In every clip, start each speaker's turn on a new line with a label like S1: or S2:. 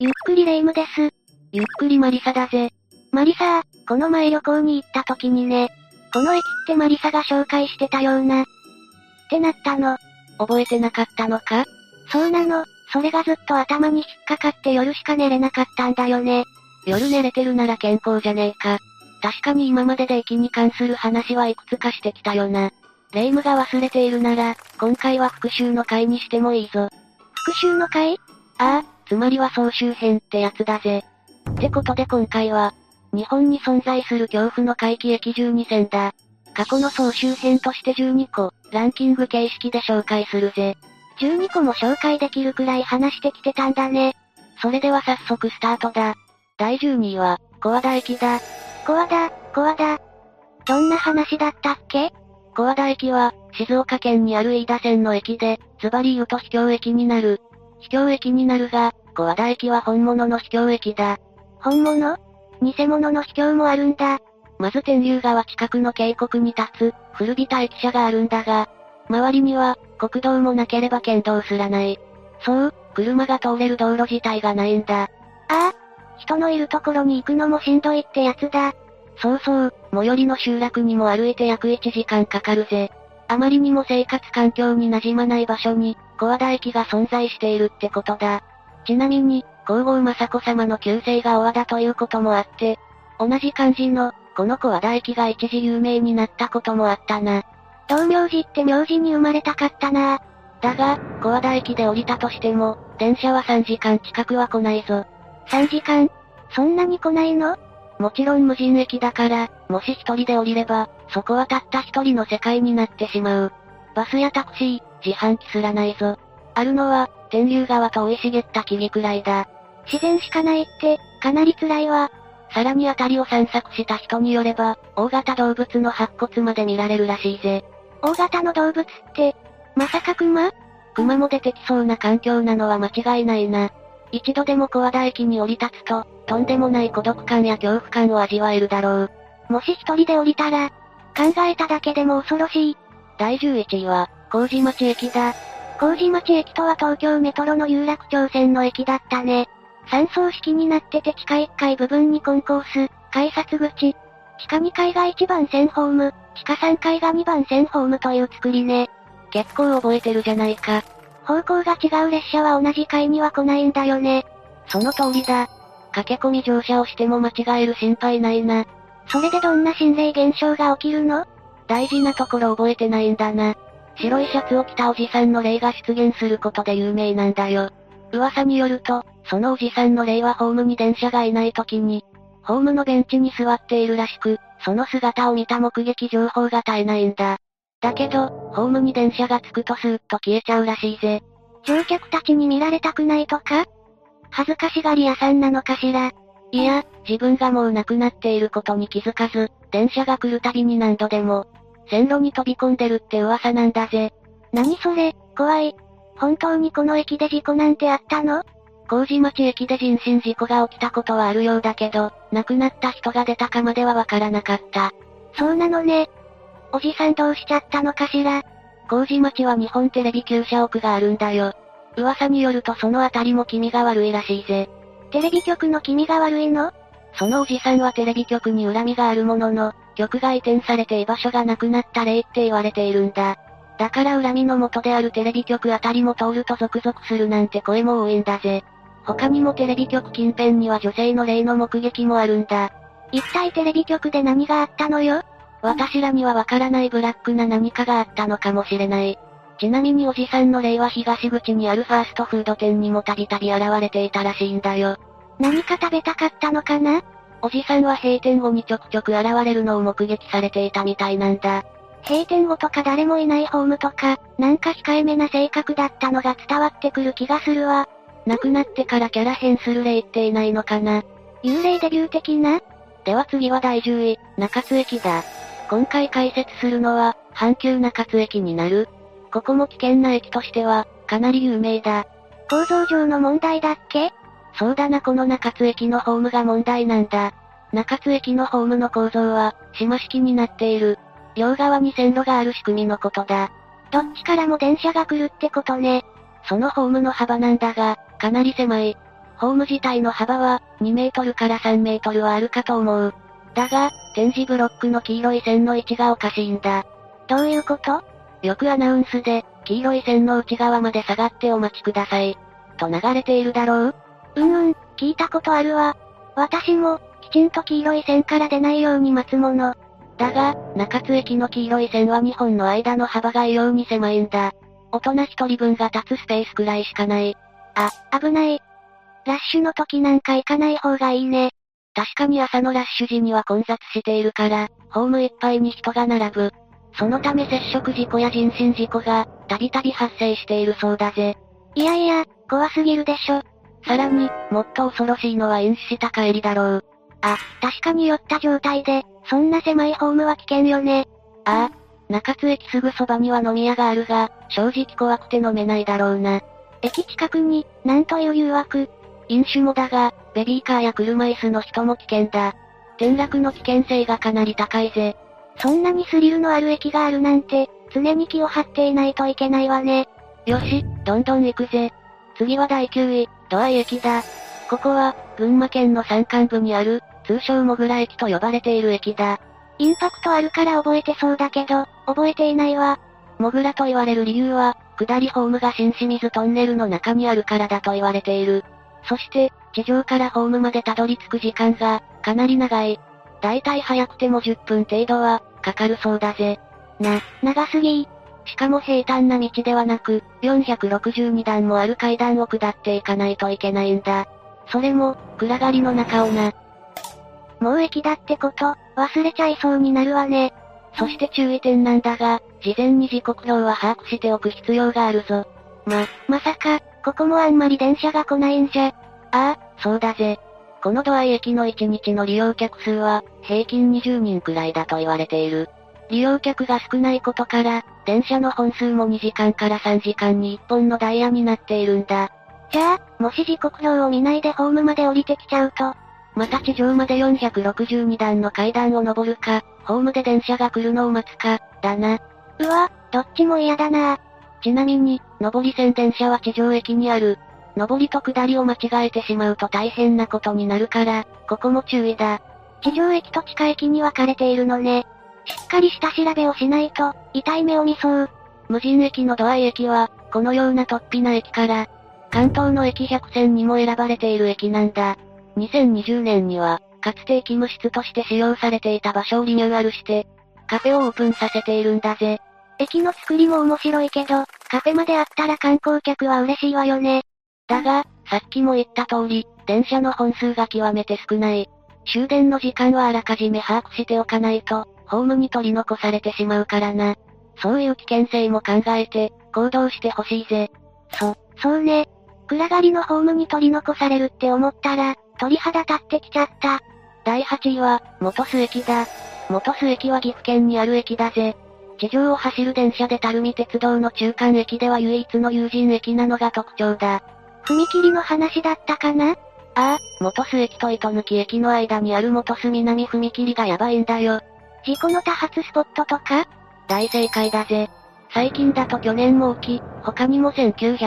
S1: ゆっくりレ夢ムです。
S2: ゆっくりマリサだぜ。
S1: マリサー、この前旅行に行った時にね、この駅ってマリサが紹介してたような。ってなったの。
S2: 覚えてなかったのか
S1: そうなの、それがずっと頭に引っかかって夜しか寝れなかったんだよね。
S2: 夜寝れてるなら健康じゃねえか。確かに今までで駅に関する話はいくつかしてきたよな。霊夢が忘れているなら、今回は復習の回にしてもいいぞ。
S1: 復習の会
S2: ああ、つまりは総集編ってやつだぜ。ってことで今回は、日本に存在する恐怖の回帰駅12選だ。過去の総集編として12個、ランキング形式で紹介するぜ。
S1: 12個も紹介できるくらい話してきてたんだね。
S2: それでは早速スタートだ。第12位は、小和田駅だ。
S1: コアだ、コアだ。どんな話だったっけ
S2: 小和田駅は、静岡県にある飯田線の駅で、ズバリ言うと秘境駅になる。秘境駅になるが、小和田駅は本物の秘境駅だ。
S1: 本物偽物の秘境もあるんだ。
S2: まず天竜川近くの渓谷に立つ、古びた駅舎があるんだが、周りには、国道もなければ県道すらない。そう、車が通れる道路自体がないんだ。
S1: ああ、人のいるところに行くのもしんどいってやつだ。
S2: そうそう、最寄りの集落にも歩いて約1時間かかるぜ。あまりにも生活環境に馴染まない場所に、小和田駅が存在しているってことだ。ちなみに、皇后雅子様の旧姓が大和田ということもあって、同じ漢字の、この小和田駅が一時有名になったこともあったな。
S1: 道明寺って名字に生まれたかったな
S2: だが、小和田駅で降りたとしても、電車は3時間近くは来ないぞ。
S1: 3時間そんなに来ないの
S2: もちろん無人駅だから、もし一人で降りれば、そこはたった一人の世界になってしまう。バスやタクシー、自販機すらないぞ。あるのは、天竜川と生い茂った木々くらいだ。
S1: 自然しかないって、かなり辛いわ。
S2: さらに辺りを散策した人によれば、大型動物の白骨まで見られるらしいぜ。
S1: 大型の動物って、まさか熊
S2: 熊も出てきそうな環境なのは間違いないな。一度でも小和田駅に降り立つと、とんでもない孤独感や恐怖感を味わえるだろう。
S1: もし一人で降りたら、考えただけでも恐ろしい。
S2: 第11位は、麹町駅だ。
S1: 麹町駅とは東京メトロの有楽町線の駅だったね。三層式になってて地下1階部分にコンコース、改札口。地下2階が1番線ホーム、地下3階が2番線ホームという作りね。
S2: 結構覚えてるじゃないか。
S1: 方向が違う列車は同じ階には来ないんだよね。
S2: その通りだ。駆け込み乗車をしても間違える心配ないな。
S1: それでどんな心霊現象が起きるの
S2: 大事なところ覚えてないんだな。白いシャツを着たおじさんの霊が出現することで有名なんだよ。噂によると、そのおじさんの霊はホームに電車がいない時に、ホームのベンチに座っているらしく、その姿を見た目撃情報が絶えないんだ。だけど、ホームに電車が着くとスーッと消えちゃうらしいぜ。
S1: 乗客たちに見られたくないとか恥ずかしがり屋さんなのかしら
S2: いや、自分がもう亡くなっていることに気づかず、電車が来るたびに何度でも、線路に飛び込んでるって噂なんだぜ。
S1: 何それ、怖い。本当にこの駅で事故なんてあったの
S2: 麹町駅で人身事故が起きたことはあるようだけど、亡くなった人が出たかまではわからなかった。
S1: そうなのね。おじさんどうしちゃったのかしら
S2: 麹町は日本テレビ旧社屋があるんだよ。噂によるとそのあたりも気味が悪いらしいぜ。
S1: テレビ局の気味が悪いの
S2: そのおじさんはテレビ局に恨みがあるものの、局が移転されて居場所がなくなった例って言われているんだ。だから恨みの元であるテレビ局あたりも通ると続々するなんて声も多いんだぜ。他にもテレビ局近辺には女性の霊の目撃もあるんだ。
S1: 一体テレビ局で何があったのよ
S2: 私らにはわからないブラックな何かがあったのかもしれない。ちなみにおじさんの霊は東口にあるファーストフード店にもたびたび現れていたらしいんだよ。
S1: 何か食べたかったのかな
S2: おじさんは閉店後にちょくちょく現れるのを目撃されていたみたいなんだ。
S1: 閉店後とか誰もいないホームとか、なんか控えめな性格だったのが伝わってくる気がするわ。
S2: 亡くなってからキャラ変する霊っていないのかな
S1: 幽霊デビュー的な
S2: では次は第10位、中津駅だ。今回解説するのは、阪急中津駅になる。ここも危険な駅としては、かなり有名だ。
S1: 構造上の問題だっけ
S2: そうだなこの中津駅のホームが問題なんだ。中津駅のホームの構造は、島式になっている。両側に線路がある仕組みのことだ。
S1: どっちからも電車が来るってことね。
S2: そのホームの幅なんだが、かなり狭い。ホーム自体の幅は、2メートルから3メートルはあるかと思う。だが、点字ブロックの黄色い線の位置がおかしいんだ。
S1: どういうこと
S2: よくアナウンスで、黄色い線の内側まで下がってお待ちください。と流れているだろう
S1: うんうん、聞いたことあるわ。私も、きちんと黄色い線から出ないように待つもの。
S2: だが、中津駅の黄色い線は2本の間の幅が異様に狭いんだ。大人1人分が立つスペースくらいしかない。
S1: あ、危ない。ラッシュの時なんか行かない方がいいね。
S2: 確かに朝のラッシュ時には混雑しているから、ホームいっぱいに人が並ぶ。そのため接触事故や人身事故が、たびたび発生しているそうだぜ。
S1: いやいや、怖すぎるでしょ。
S2: さらに、もっと恐ろしいのは飲酒した帰りだろう。
S1: 確かに酔った状態で、そんな狭いホームは危険よね。
S2: ああ、中津駅すぐそばには飲み屋があるが、正直怖くて飲めないだろうな。
S1: 駅近くに、なんという誘惑。
S2: 飲酒もだが、ベビーカーや車椅子の人も危険だ。転落の危険性がかなり高いぜ。
S1: そんなにスリルのある駅があるなんて、常に気を張っていないといけないわね。
S2: よし、どんどん行くぜ。次は第9位、土合駅だ。ここは、群馬県の山間部にある、通称もぐら駅と呼ばれている駅だ。
S1: インパクトあるから覚えてそうだけど、覚えていないわ。
S2: もぐらと言われる理由は、下りホームが新清水トンネルの中にあるからだと言われている。そして、地上からホームまでたどり着く時間が、かなり長い。だいたい早くても10分程度は、かかるそうだぜ。
S1: 長すぎ
S2: しかも平坦な道ではなく、462段もある階段を下っていかないといけないんだ。それも、暗がりの中をな。
S1: もう駅だってこと、忘れちゃいそうになるわね。
S2: そして注意点なんだが、事前に時刻表は把握しておく必要があるぞ。
S1: まさか、ここもあんまり電車が来ないんじゃ。
S2: ああ、そうだぜ。この土合駅の1日の利用客数は、平均20人くらいだと言われている。利用客が少ないことから、電車の本数も2時間から3時間に1本のダイヤになっているんだ。
S1: じゃあ、もし時刻表を見ないでホームまで降りてきちゃうと、
S2: また地上まで462段の階段を上るか、ホームで電車が来るのを待つか、だな。
S1: うわ、どっちも嫌だな
S2: ちなみに、上り線電車は地上駅にある。上りと下りを間違えてしまうと大変なことになるから、ここも注意だ。
S1: 地上駅と地下駅に分かれているのね。しっかりした調べをしないと、痛い目を見そう。
S2: 無人駅の土合駅は、このような突飛な駅から、関東の駅100選にも選ばれている駅なんだ。2020年には、かつて駅務室として使用されていた場所をリニューアルして、カフェをオープンさせているんだぜ。
S1: 駅の作りも面白いけど、カフェまであったら観光客は嬉しいわよね。
S2: だが、さっきも言った通り、電車の本数が極めて少ない。終電の時間はあらかじめ把握しておかないと、ホームに取り残されてしまうからな。そういう危険性も考えて、行動してほしいぜ。
S1: そうね。暗がりのホームに取り残されるって思ったら、鳥肌立ってきちゃった。
S2: 第8位は、元須駅だ。元須駅は岐阜県にある駅だぜ。地上を走る電車で垂水鉄道の中間駅では唯一の有人駅なのが特徴だ。
S1: 踏切の話だったかな
S2: ああ、元須駅と糸抜駅の間にある元須南踏切がやばいんだよ。
S1: 事故の多発スポットとか
S2: 大正解だぜ。最近だと去年も起き、他にも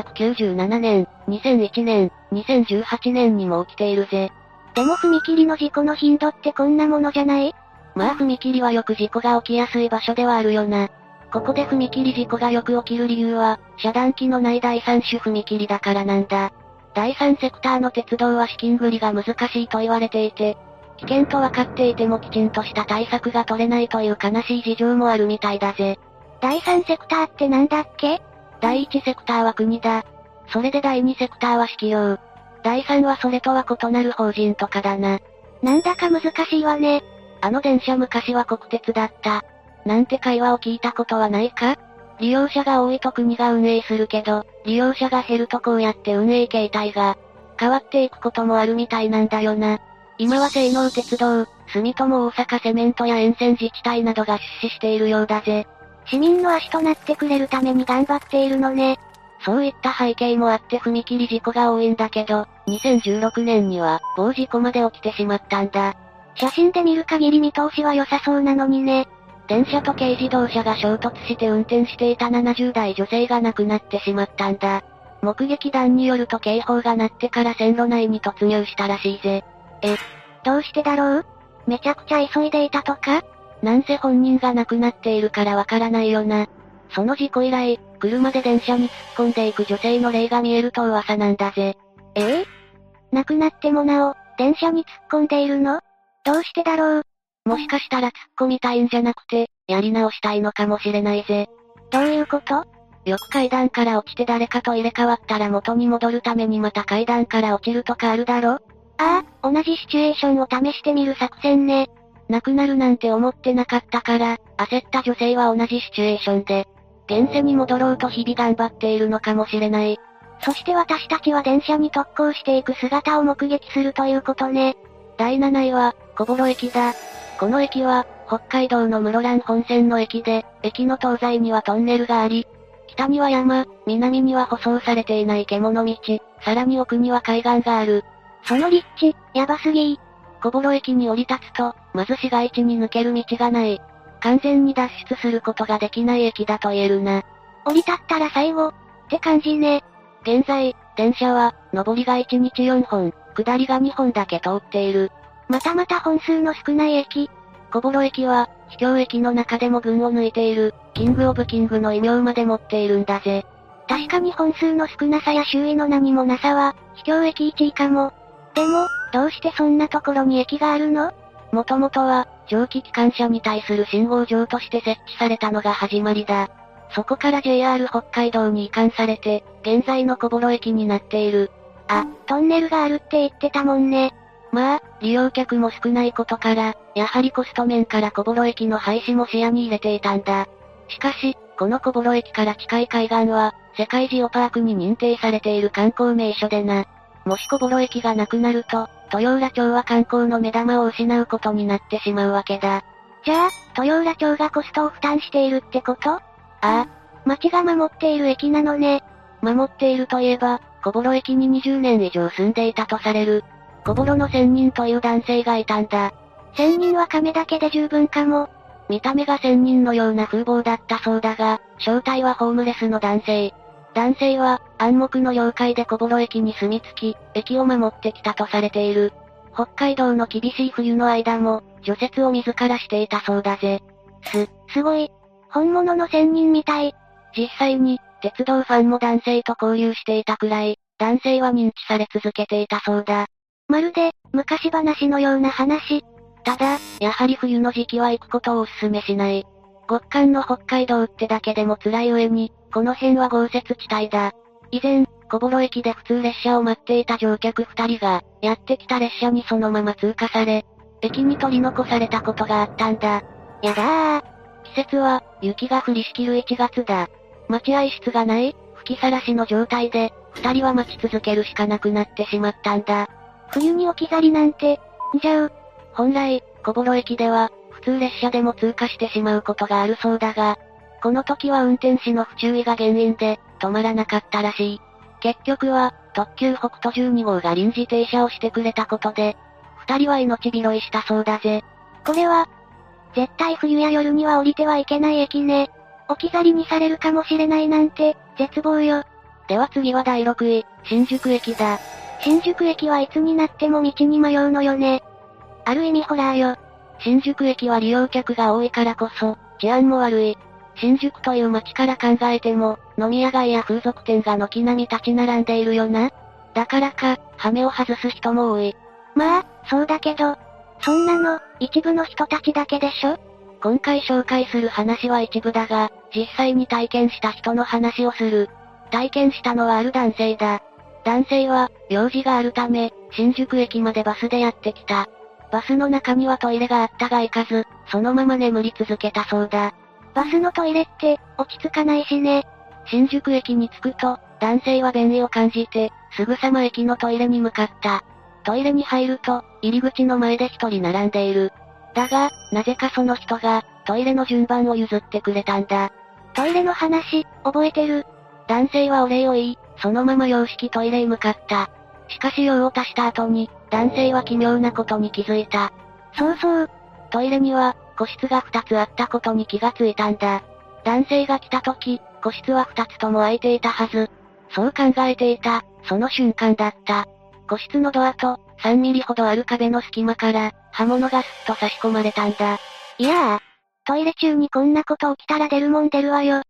S2: 1997年、2001年、2018年にも起きているぜ。
S1: でも踏切の事故の頻度ってこんなものじゃない
S2: まあ踏切はよく事故が起きやすい場所ではあるよな。ここで踏切事故がよく起きる理由は、遮断機のない第三種踏切だからなんだ。第三セクターの鉄道は資金繰りが難しいと言われていて、危険と分かっていてもきちんとした対策が取れないという悲しい事情もあるみたいだぜ。
S1: 第三セクターってなんだっけ
S2: 第1セクターは国だ。それで第2セクターは市企業。第3はそれとは異なる法人とかだな。
S1: なんだか難しいわね。
S2: あの電車昔は国鉄だった。なんて会話を聞いたことはないか利用者が多いと国が運営するけど、利用者が減るとこうやって運営形態が変わっていくこともあるみたいなんだよな。今は西能鉄道、住友大阪セメントや沿線自治体などが出資しているようだぜ。
S1: 市民の足となってくれるために頑張っているのね。
S2: そういった背景もあって踏切事故が多いんだけど、2016年には、某事故まで起きてしまったんだ。
S1: 写真で見る限り見通しは良さそうなのにね。
S2: 電車と軽自動車が衝突して運転していた70代女性が亡くなってしまったんだ。目撃談によると警報が鳴ってから線路内に突入したらしいぜ。
S1: え、どうしてだろうめちゃくちゃ急いでいたとか
S2: なんせ本人が亡くなっているからわからないよな。その事故以来、車で電車に突っ込んでいく女性の霊が見えると噂なんだぜ。
S1: ええ亡くなってもなお、電車に突っ込んでいるのどうしてだろう
S2: もしかしたら突っ込みたいんじゃなくて、やり直したいのかもしれないぜ。
S1: どういうこと
S2: よく階段から落ちて誰かと入れ替わったら元に戻るためにまた階段から落ちるとかあるだろ
S1: ああ、同じシチュエーションを試してみる作戦ね。
S2: 亡くなるなんて思ってなかったから、焦った女性は同じシチュエーションで、現世に戻ろうと日々頑張っているのかもしれない。
S1: そして私たちは電車に特攻していく姿を目撃するということね。
S2: 第7位は、小幌駅だ。この駅は、北海道の室蘭本線の駅で、駅の東西にはトンネルがあり、北には山、南には舗装されていない獣道、さらに奥には海岸がある。
S1: その立地、やばすぎー。
S2: 小幌駅に降り立つと、まず市街地に抜ける道がない。完全に脱出することができない駅だと言えるな。
S1: 降り立ったら最後、って感じね。
S2: 現在、電車は、上りが1日4本、下りが2本だけ通っている。
S1: またまた本数の少ない駅。
S2: 小幌駅は、秘境駅の中でも群を抜いている、キングオブキングの異名まで持っているんだぜ。
S1: 確かに本数の少なさや周囲の何もなさは、秘境駅1位かも。でも、どうしてそんなところに駅があるの
S2: もともとは、蒸気機関車に対する信号場として設置されたのが始まりだ。そこから JR 北海道に移管されて、現在の小幌駅になっている。
S1: あ、トンネルがあるって言ってたもんね。
S2: まあ、利用客も少ないことから、やはりコスト面から小幌駅の廃止も視野に入れていたんだ。しかし、この小幌駅から近い海岸は、世界ジオパークに認定されている観光名所でな。もし小幌駅がなくなると、豊浦町は観光の目玉を失うことになってしまうわけだ。
S1: じゃあ、豊浦町がコストを負担しているってことあ
S2: あ。
S1: 町が守っている駅なのね。
S2: 守っているといえば、小幌駅に20年以上住んでいたとされる、小幌の仙人という男性がいたんだ。
S1: 仙人は亀だけで十分かも。
S2: 見た目が仙人のような風貌だったそうだが、正体はホームレスの男性。男性は、暗黙の了解で小幌駅に住み着き、駅を守ってきたとされている。北海道の厳しい冬の間も、除雪を自らしていたそうだぜ。
S1: す、すごい。本物の仙人みたい。
S2: 実際に、鉄道ファンも男性と交流していたくらい、男性は認知され続けていたそうだ。
S1: まるで、昔話のような話。
S2: ただ、やはり冬の時期は行くことをお勧めしない。極寒の北海道ってだけでも辛い上に、この辺は豪雪地帯だ。以前、小幌駅で普通列車を待っていた乗客2人が、やってきた列車にそのまま通過され、駅に取り残されたことがあったんだ。
S1: やだー。
S2: 季節は、雪が降りしきる1月だ。待合室がない、吹きさらしの状態で、2人は待ち続けるしかなくなってしまったんだ。
S1: 冬に置き去りなんて、んじゃう。
S2: 本来、小幌駅では、普通列車でも通過してしまうことがあるそうだが、この時は運転士の不注意が原因で、止まらなかったらしい。結局は、特急北斗12号が臨時停車をしてくれたことで、二人は命拾いしたそうだぜ。
S1: これは、絶対冬や夜には降りてはいけない駅ね。置き去りにされるかもしれないなんて、絶望よ。
S2: では次は第6位、新宿駅だ。
S1: 新宿駅はいつになっても道に迷うのよね。ある意味ホラーよ。
S2: 新宿駅は利用客が多いからこそ、治安も悪い。新宿という街から考えても、飲み屋街や風俗店が軒並み立ち並んでいるよな。だからか、羽目を外す人も多い。
S1: まあ、そうだけど、そんなの、一部の人たちだけでしょ
S2: 今回紹介する話は一部だが、実際に体験した人の話をする。体験したのはある男性だ。男性は、用事があるため、新宿駅までバスでやってきた。バスの中にはトイレがあったが行かず、そのまま眠り続けたそうだ。
S1: バスのトイレって、落ち着かないしね。
S2: 新宿駅に着くと、男性は便意を感じて、すぐさま駅のトイレに向かった。トイレに入ると、入り口の前で一人並んでいる。だが、なぜかその人が、トイレの順番を譲ってくれたんだ。
S1: トイレの話、覚えてる。
S2: 男性はお礼を言い、そのまま洋式トイレへ向かった。しかし用を足した後に、男性は奇妙なことに気づいた。
S1: そうそう。
S2: トイレには、個室が2つあったことに気がついたんだ。男性が来た時、個室は2つとも空いていたはず。そう考えていた、その瞬間だった。個室のドアと、3ミリほどある壁の隙間から、刃物がすっと差し込まれたんだ。
S1: いやあ、トイレ中にこんなこと起きたら出るもん出るわよ。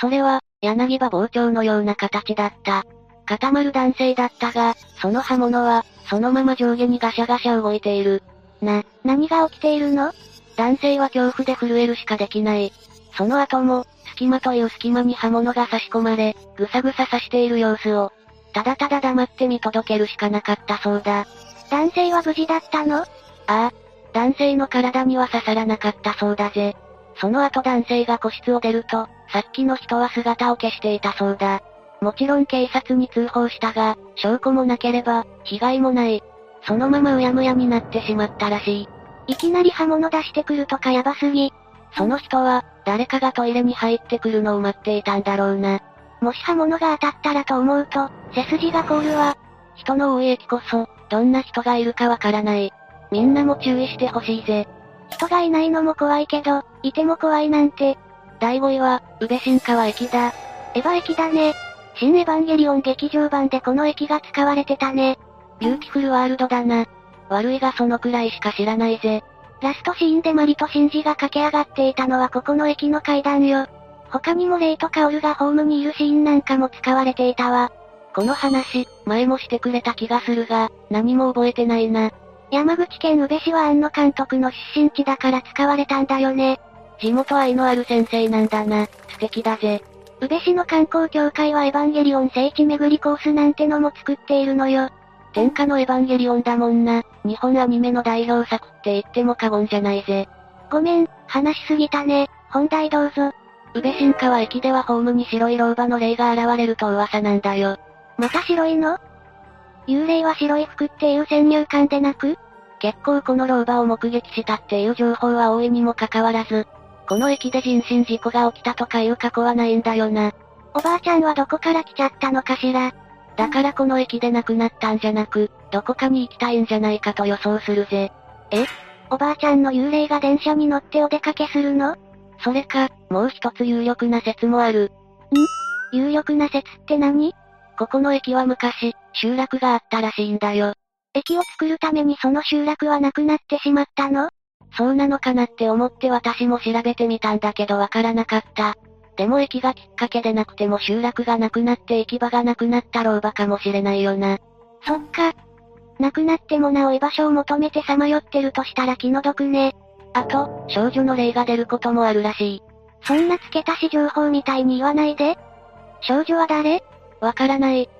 S2: それは、柳葉包丁のような形だった。固まる男性だったが、その刃物は、そのまま上下にガシャガシャ動いている。
S1: な、何が起きているの
S2: 男性は恐怖で震えるしかできない。その後も、隙間という隙間に刃物が差し込まれ、ぐさぐさ刺している様子を、ただただ黙って見届けるしかなかったそうだ。
S1: 男性は無事だったのあ
S2: あ、男性の体には刺さらなかったそうだぜ。その後男性が個室を出ると、さっきの人は姿を消していたそうだ。もちろん警察に通報したが、証拠もなければ、被害もない。そのままうやむやになってしまったらし
S1: い。いきなり刃物出してくるとかやばすぎ。
S2: その人は、誰かがトイレに入ってくるのを待っていたんだろうな。
S1: もし刃物が当たったらと思うと、背筋が凍るわ。
S2: 人の多い駅こそ、どんな人がいるかわからない。みんなも注意してほしいぜ。
S1: 人がいないのも怖いけど、いても怖いなんて。
S2: 第5位は、宇部新川駅だ。
S1: エヴァ駅だね。新エヴァンゲリオン劇場版でこの駅が使われてたね。
S2: ビューティフルワールドだな。悪いがそのくらいしか知らないぜ。
S1: ラストシーンでマリとシンジが駆け上がっていたのはここの駅の階段よ。他にもレイとカオルがホームにいるシーンなんかも使われていたわ。
S2: この話、前もしてくれた気がするが、何も覚えてないな。
S1: 山口県宇部市は庵野監督の出身地だから使われたんだよね。
S2: 地元愛のある先生なんだな。素敵だぜ。
S1: 宇部市の観光協会はエヴァンゲリオン聖地巡りコースなんてのも作っているのよ。
S2: 天下のエヴァンゲリオンだもんな。日本アニメの代表作って言っても過言じゃないぜ。
S1: ごめん、話しすぎたね。本題どうぞ。
S2: 宇部新川駅ではホームに白い老婆の霊が現れると噂なんだよ。
S1: また白いの幽霊は白い服っていう先入観でなく
S2: 結構この老婆を目撃したっていう情報は大いにもかかわらず、この駅で人身事故が起きたとかいう過去はないんだよな。
S1: おばあちゃんはどこから来ちゃったのかしら
S2: だからこの駅で亡くなったんじゃなく、どこかに行きたいんじゃないかと予想するぜ。
S1: えおばあちゃんの幽霊が電車に乗ってお出かけするの
S2: それか、もう一つ有力な説もある。
S1: ん有力な説って何
S2: ここの駅は昔、集落があったらしいんだよ。
S1: 駅を作るためにその集落はなくなってしまったの
S2: そうなのかなって思って私も調べてみたんだけどわからなかった。でも駅がきっかけでなくても集落がなくなって行き場がなくなった老婆かもしれないよな。
S1: そっか。なくなってもなお居場所を求めてさまよってるとしたら気の毒ね。
S2: あと、少女の霊が出ることもあるらしい。
S1: そんな付け足し情報みたいに言わないで。少女は誰
S2: わからない。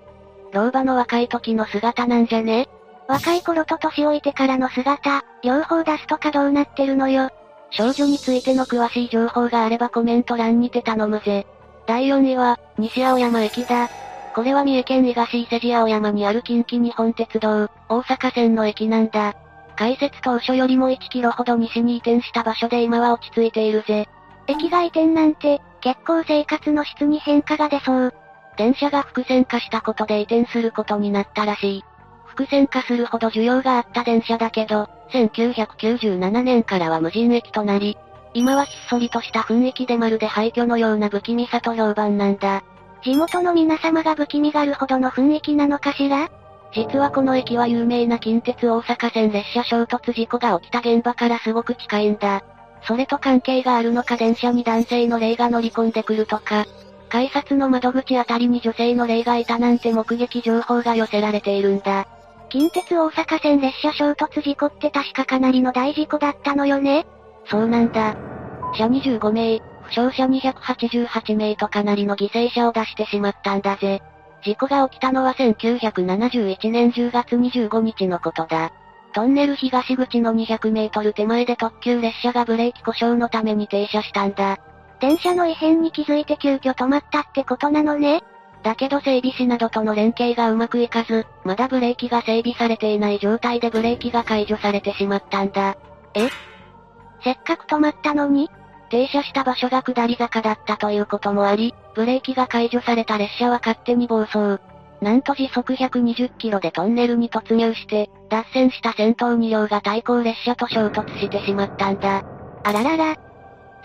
S2: 老婆の若い時の姿なんじゃね
S1: 若い頃と年老いてからの姿、両方出すとかどうなってるのよ。
S2: 少女についての詳しい情報があればコメント欄にて頼むぜ。第4位は、西青山駅だ。これは三重県伊賀市伊勢路青山にある近畿日本鉄道、大阪線の駅なんだ。開設当初よりも1キロほど西に移転した場所で今は落ち着いているぜ。
S1: 駅が移転なんて、結構生活の質に変化が出そう。
S2: 電車が複線化したことで移転することになったらしい。伏線化するほど需要があった電車だけど、1997年からは無人駅となり、今はひっそりとした雰囲気でまるで廃墟のような不気味さと評判なんだ。
S1: 地元の皆様が不気味がるほどの雰囲気なのかしら
S2: 実はこの駅は有名な近鉄大阪線列車衝突事故が起きた現場からすごく近いんだ。それと関係があるのか電車に男性の霊が乗り込んでくるとか、改札の窓口あたりに女性の霊がいたなんて目撃情報が寄せられているんだ。
S1: 近鉄大阪線列車衝突事故って確かかなりの大事故だったのよね
S2: そうなんだ。車25名、負傷者288名とかなりの犠牲者を出してしまったんだぜ。事故が起きたのは1971年10月25日のことだ。トンネル東口の200メートル手前で特急列車がブレーキ故障のために停車したんだ。
S1: 電車の異変に気づいて急遽止まったってことなのね
S2: だけど整備士などとの連携がうまくいかず、まだブレーキが整備されていない状態でブレーキが解除されてしまったんだ。
S1: えせっかく止まったのに
S2: 停車した場所が下り坂だったということもあり、ブレーキが解除された列車は勝手に暴走。なんと時速120キロでトンネルに突入して、脱線した先頭2両が対向列車と衝突してしまったんだ。
S1: あららら。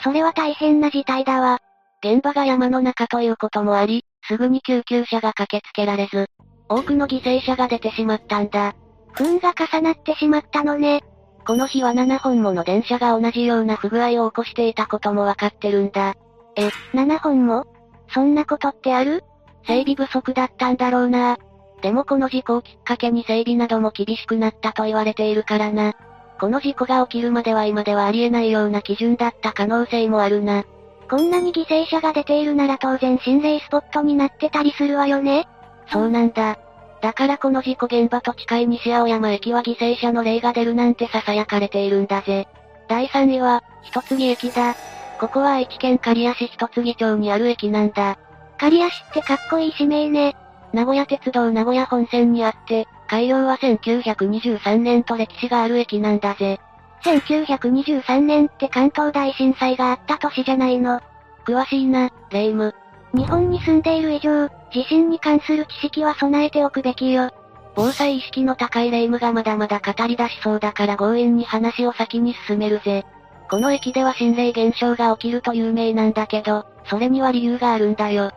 S1: それは大変な事態だわ。
S2: 現場が山の中ということもあり、すぐに救急車が駆けつけられず、多くの犠牲者が出てしまったんだ。
S1: 不運が重なってしまったのね。
S2: この日は7本もの電車が同じような不具合を起こしていたこともわかってるんだ。
S1: え、7本もそんなことってある
S2: 整備不足だったんだろうな。でもこの事故をきっかけに整備なども厳しくなったと言われているからな。この事故が起きるまでは今ではありえないような基準だった可能性もあるな。
S1: こんなに犠牲者が出ているなら当然心霊スポットになってたりするわよね。
S2: そうなんだ。だからこの事故現場と近い西青山駅は犠牲者の霊が出るなんて囁かれているんだぜ。第3位は、一杉駅だ。ここは愛知県刈谷市一杉町にある駅なんだ。
S1: 刈谷市ってかっこいい市名ね。
S2: 名古屋鉄道名古屋本線にあって、開業は1923年と歴史がある駅なんだぜ。
S1: 1923年って関東大震災があった年じゃないの。
S2: 詳しいな、レイム。
S1: 日本に住んでいる以上、地震に関する知識は備えておくべきよ。
S2: 防災意識の高いレイムがまだまだ語り出しそうだから強引に話を先に進めるぜ。この駅では心霊現象が起きると有名なんだけど、それには理由があるんだよ。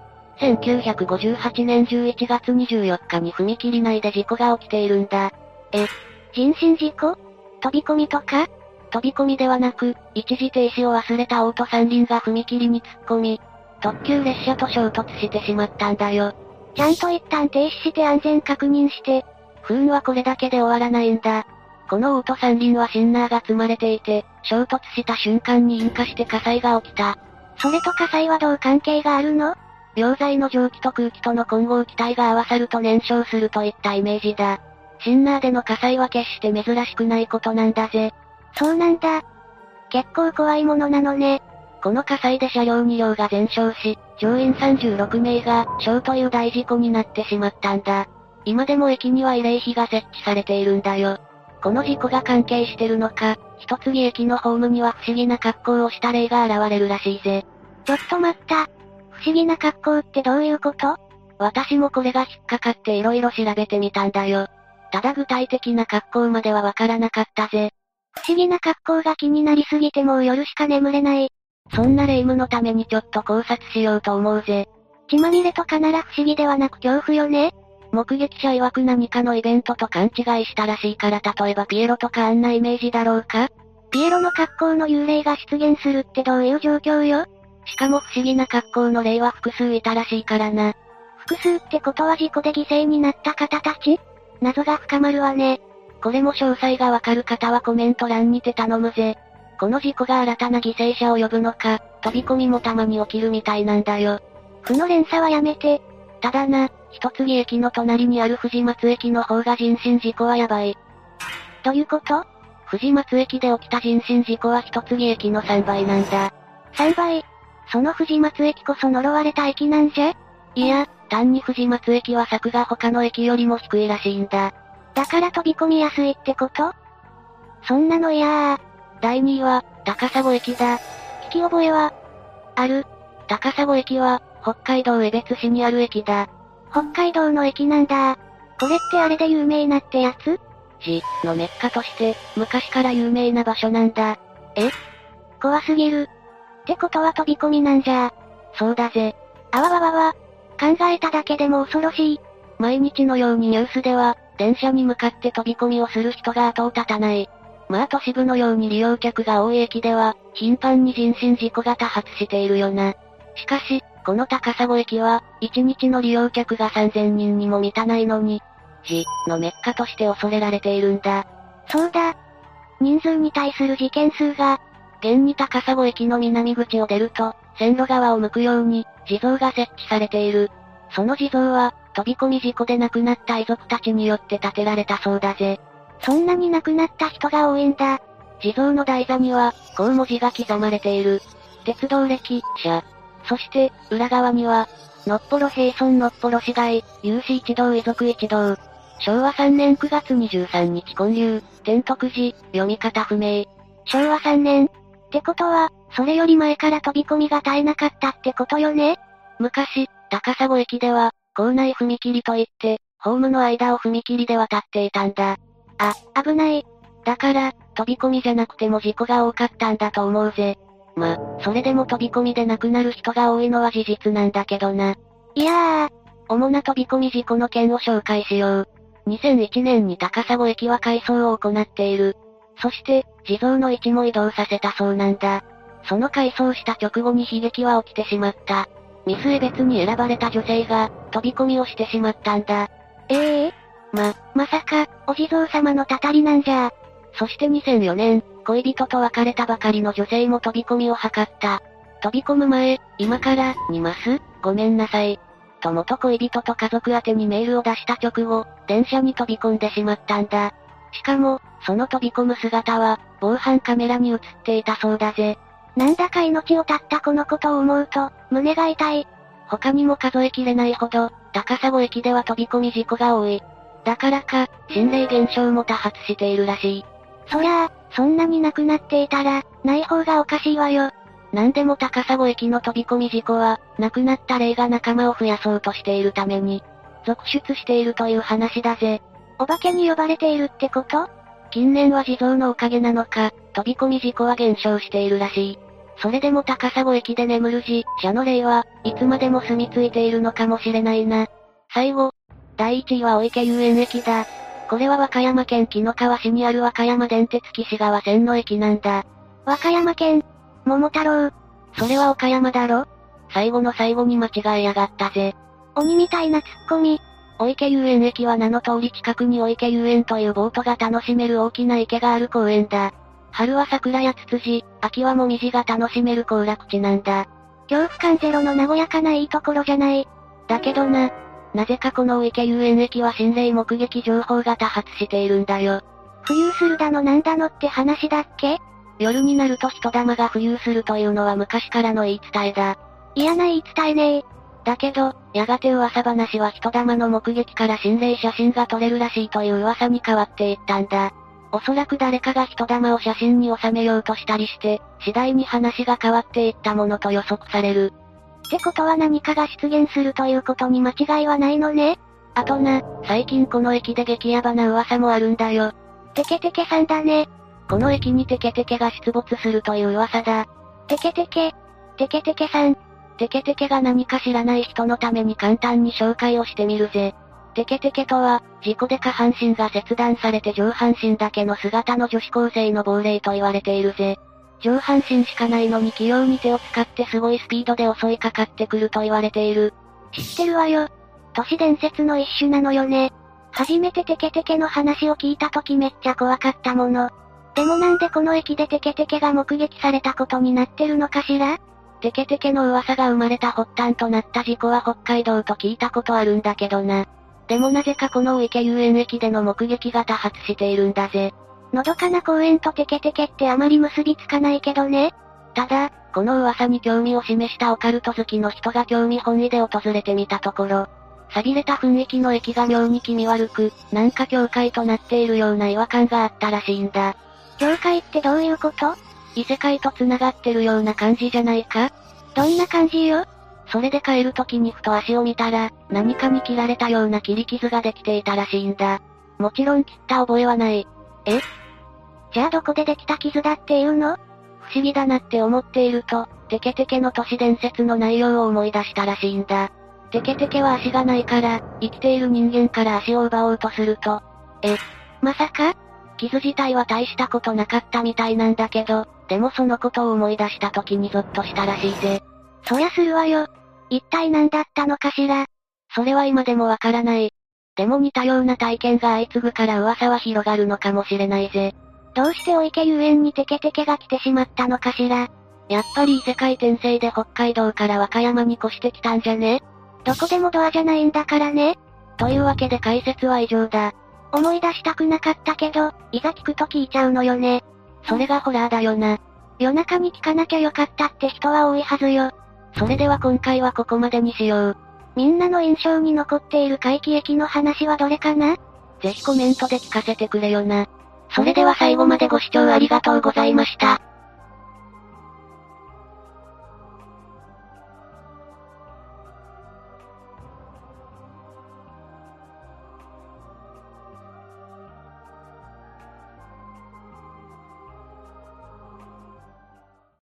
S2: 1958年11月24日に踏切内で事故が起きているんだ。
S1: え、人身事故飛び込みとか
S2: 飛び込みではなく、一時停止を忘れたオート三輪が踏切に突っ込み、特急列車と衝突してしまったんだよ。
S1: ちゃんと一旦停止して安全確認して、
S2: 不運はこれだけで終わらないんだ。このオート三輪はシンナーが積まれていて、衝突した瞬間に引火して火災が起きた。
S1: それと火災はどう関係があるの
S2: 溶剤の蒸気と空気との混合気体が合わさると燃焼するといったイメージだ。シンナーでの火災は決して珍しくないことなんだぜ。
S1: そうなんだ。結構怖いものなのね。
S2: この火災で車両2両が全焼し、乗員36名が傷という大事故になってしまったんだ。今でも駅には慰霊碑が設置されているんだよ。この事故が関係してるのか、一次駅のホームには不思議な格好をした霊が現れるらしいぜ。
S1: ちょっと待った。不思議な格好ってどういうこと
S2: 私もこれが引っかかって色々調べてみたんだよ。ただ具体的な格好まではわからなかったぜ。
S1: 不思議な格好が気になりすぎてもう夜しか眠れない。
S2: そんな霊夢のためにちょっと考察しようと思うぜ。
S1: 血まみれとかなら不思議ではなく恐怖よね。
S2: 目撃者曰く何かのイベントと勘違いしたらしいから例えばピエロとかあんなイメージだろうか
S1: ピエロの格好の幽霊が出現するってどういう状況よ
S2: しかも不思議な格好の霊は複数いたらしいからな。
S1: 複数ってことは事故で犠牲になった方たち謎が深まるわね。
S2: これも詳細がわかる方はコメント欄にて頼むぜ。この事故が新たな犠牲者を呼ぶのか、飛び込みもたまに起きるみたいなんだよ。
S1: 負の連鎖はやめて。
S2: ただな、一次駅の隣にある藤松駅の方が人身事故はやばい。
S1: どういうこと
S2: 藤松駅で起きた人身事故は一次駅の3倍なんだ。
S1: 3倍その藤松駅こそ呪われた駅なんじゃ
S2: いや、単に藤松駅は柵が他の駅よりも低いらしいんだ。
S1: だから飛び込みやすいってことそんなの嫌
S2: 第2位は、高砂駅だ。
S1: 聞き覚えは
S2: ある。高砂駅は、北海道江別市にある駅だ。
S1: 北海道の駅なんだ。これってあれで有名なってやつ
S2: 市のメッカとして、昔から有名な場所なんだ。
S1: え怖すぎる。ってことは飛び込みなんじゃ。
S2: そうだぜ。
S1: あわわわわ。考えただけでも恐ろしい。
S2: 毎日のようにニュースでは、電車に向かって飛び込みをする人が後を絶たない。まあ都市部のように利用客が多い駅では、頻繁に人身事故が多発しているよな。しかし、この高砂駅は、1日の利用客が3000人にも満たないのに、市のメッカとして恐れられているんだ。
S1: そうだ。人数に対する事件数が、
S2: 現に高砂駅の南口を出ると、線路側を向くように、地蔵が設置されている。その地蔵は、飛び込み事故で亡くなった遺族たちによって建てられたそうだぜ。
S1: そんなに亡くなった人が多いんだ。
S2: 地蔵の台座には、こう文字が刻まれている。鉄道歴、者。そして、裏側には、のっぽろ平村のっぽろ市街、有志一同遺族一同。昭和3年9月23日混流、天徳寺、読み方不明。
S1: 昭和3年。ってことは、それより前から飛び込みが絶えなかったってことよね
S2: 昔、高砂駅では、校内踏切といって、ホームの間を踏切で渡っていたんだ。
S1: あ、危ない。
S2: だから、飛び込みじゃなくても事故が多かったんだと思うぜ。ま、それでも飛び込みで亡くなる人が多いのは事実なんだけどな。
S1: いやー、
S2: 主な飛び込み事故の件を紹介しよう。2001年に高砂駅は改装を行っている。そして、地蔵の位置も移動させたそうなんだ。その改装した直後に悲劇は起きてしまった。ミスエ別に選ばれた女性が、飛び込みをしてしまったんだ。
S1: ええ
S2: ま、
S1: まさか、お地蔵様のたたりなんじゃ。
S2: そして2004年、恋人と別れたばかりの女性も飛び込みを図った。飛び込む前、今から、にます、ごめんなさい。と元恋人と家族宛てにメールを出した直後、電車に飛び込んでしまったんだ。しかも、その飛び込む姿は、防犯カメラに映っていたそうだぜ。
S1: なんだか命を絶ったこのことを思うと、胸が痛い。
S2: 他にも数えきれないほど、高砂駅では飛び込み事故が多い。だからか、心霊現象も多発しているらしい。
S1: そりゃあ、そんなになくなっていたら、ない方がおかしいわよ。
S2: なんでも高砂駅の飛び込み事故は、亡くなった霊が仲間を増やそうとしているために、続出しているという話だぜ。
S1: お化けに呼ばれているってこと
S2: 近年は地蔵のおかげなのか、飛び込み事故は減少しているらしい。それでも高砂駅で眠る寺社の霊はいつまでも住み着いているのかもしれないな。最後、第1位は大池遊園駅だ。これは和歌山県紀の川市にある和歌山電鉄岸川線の駅なんだ。
S1: 和歌山県。桃太郎、
S2: それは岡山だろ最後の最後に間違えやがったぜ。
S1: 鬼みたいなツッコミ。
S2: 大池遊園駅は名の通り近くに大池遊園というボートが楽しめる大きな池がある公園だ。春は桜やツツジ、秋はもみじが楽しめる行楽地なんだ。
S1: 恐怖感ゼロの和やかないいところじゃない。
S2: だけどな、なぜかこの大池遊園駅は心霊目撃情報が多発しているんだよ。
S1: 浮遊するだのなんだのって話だっけ
S2: 夜になると人玉が浮遊するというのは昔からの言い伝えだ。
S1: 嫌な言い伝えねえ。
S2: だけど、やがて噂話は人玉の目撃から心霊写真が撮れるらしいという噂に変わっていったんだ。おそらく誰かが人玉を写真に収めようとしたりして、次第に話が変わっていったものと予測される。
S1: ってことは何かが出現するということに間違いはないのね。
S2: あとな、最近この駅で激ヤバな噂もあるんだよ。
S1: テケテケさんだね。
S2: この駅にテケテケが出没するという噂だ。
S1: テケテケ。テケテケさん。
S2: テケテケが何か知らない人のために簡単に紹介をしてみるぜ。テケテケとは、事故で下半身が切断されて上半身だけの姿の女子高生の亡霊と言われているぜ。上半身しかないのに器用に手を使ってすごいスピードで襲いかかってくると言われている。
S1: 知ってるわよ。都市伝説の一種なのよね。初めてテケテケの話を聞いた時めっちゃ怖かったもの。でもなんでこの駅でテケテケが目撃されたことになってるのかしら
S2: テケテケの噂が生まれた発端となった事故は北海道と聞いたことあるんだけどな。でもなぜかこの大池遊園駅での目撃が多発しているんだぜ。
S1: のどかな公園とテケテケってあまり結びつかないけどね。
S2: ただ、この噂に興味を示したオカルト好きの人が興味本位で訪れてみたところ、錆びれた雰囲気の駅が妙に気味悪く、なんか境界となっているような違和感があったらしいんだ。
S1: 境界ってどういうこと
S2: 異世界と繋がってるような感じじゃないか
S1: どんな感じよ
S2: それで帰る時にふと足を見たら、何かに切られたような切り傷ができていたらしいんだ。もちろん切った覚えはない。
S1: じゃあどこでできた傷だっていうの
S2: 不思議だなって思っていると、テケテケの都市伝説の内容を思い出したらしいんだ。テケテケは足がないから、生きている人間から足を奪おうとすると、え、
S1: まさか
S2: 傷自体は大したことなかったみたいなんだけど、でもそのことを思い出した時にゾッとしたらしいぜ。
S1: そりゃするわよ。一体何だったのかしら
S2: それは今でもわからない。でも似たような体験が相次ぐから噂は広がるのかもしれないぜ。
S1: どうしてお池遊園にテケテケが来てしまったのかしら
S2: やっぱり異世界転生で北海道から和歌山に越してきたんじゃね
S1: どこでもドアじゃないんだからね。
S2: というわけで解説は以上だ。
S1: 思い出したくなかったけど、いざ聞くと聞いちゃうのよね。
S2: それがホラーだよな。
S1: 夜中に聞かなきゃよかったって人は多いはずよ。
S2: それでは今回はここまでにしよう。
S1: みんなの印象に残っている怪奇駅の話はどれかな
S2: ぜひコメントで聞かせてくれよな。それでは最後までご視聴ありがとうございました。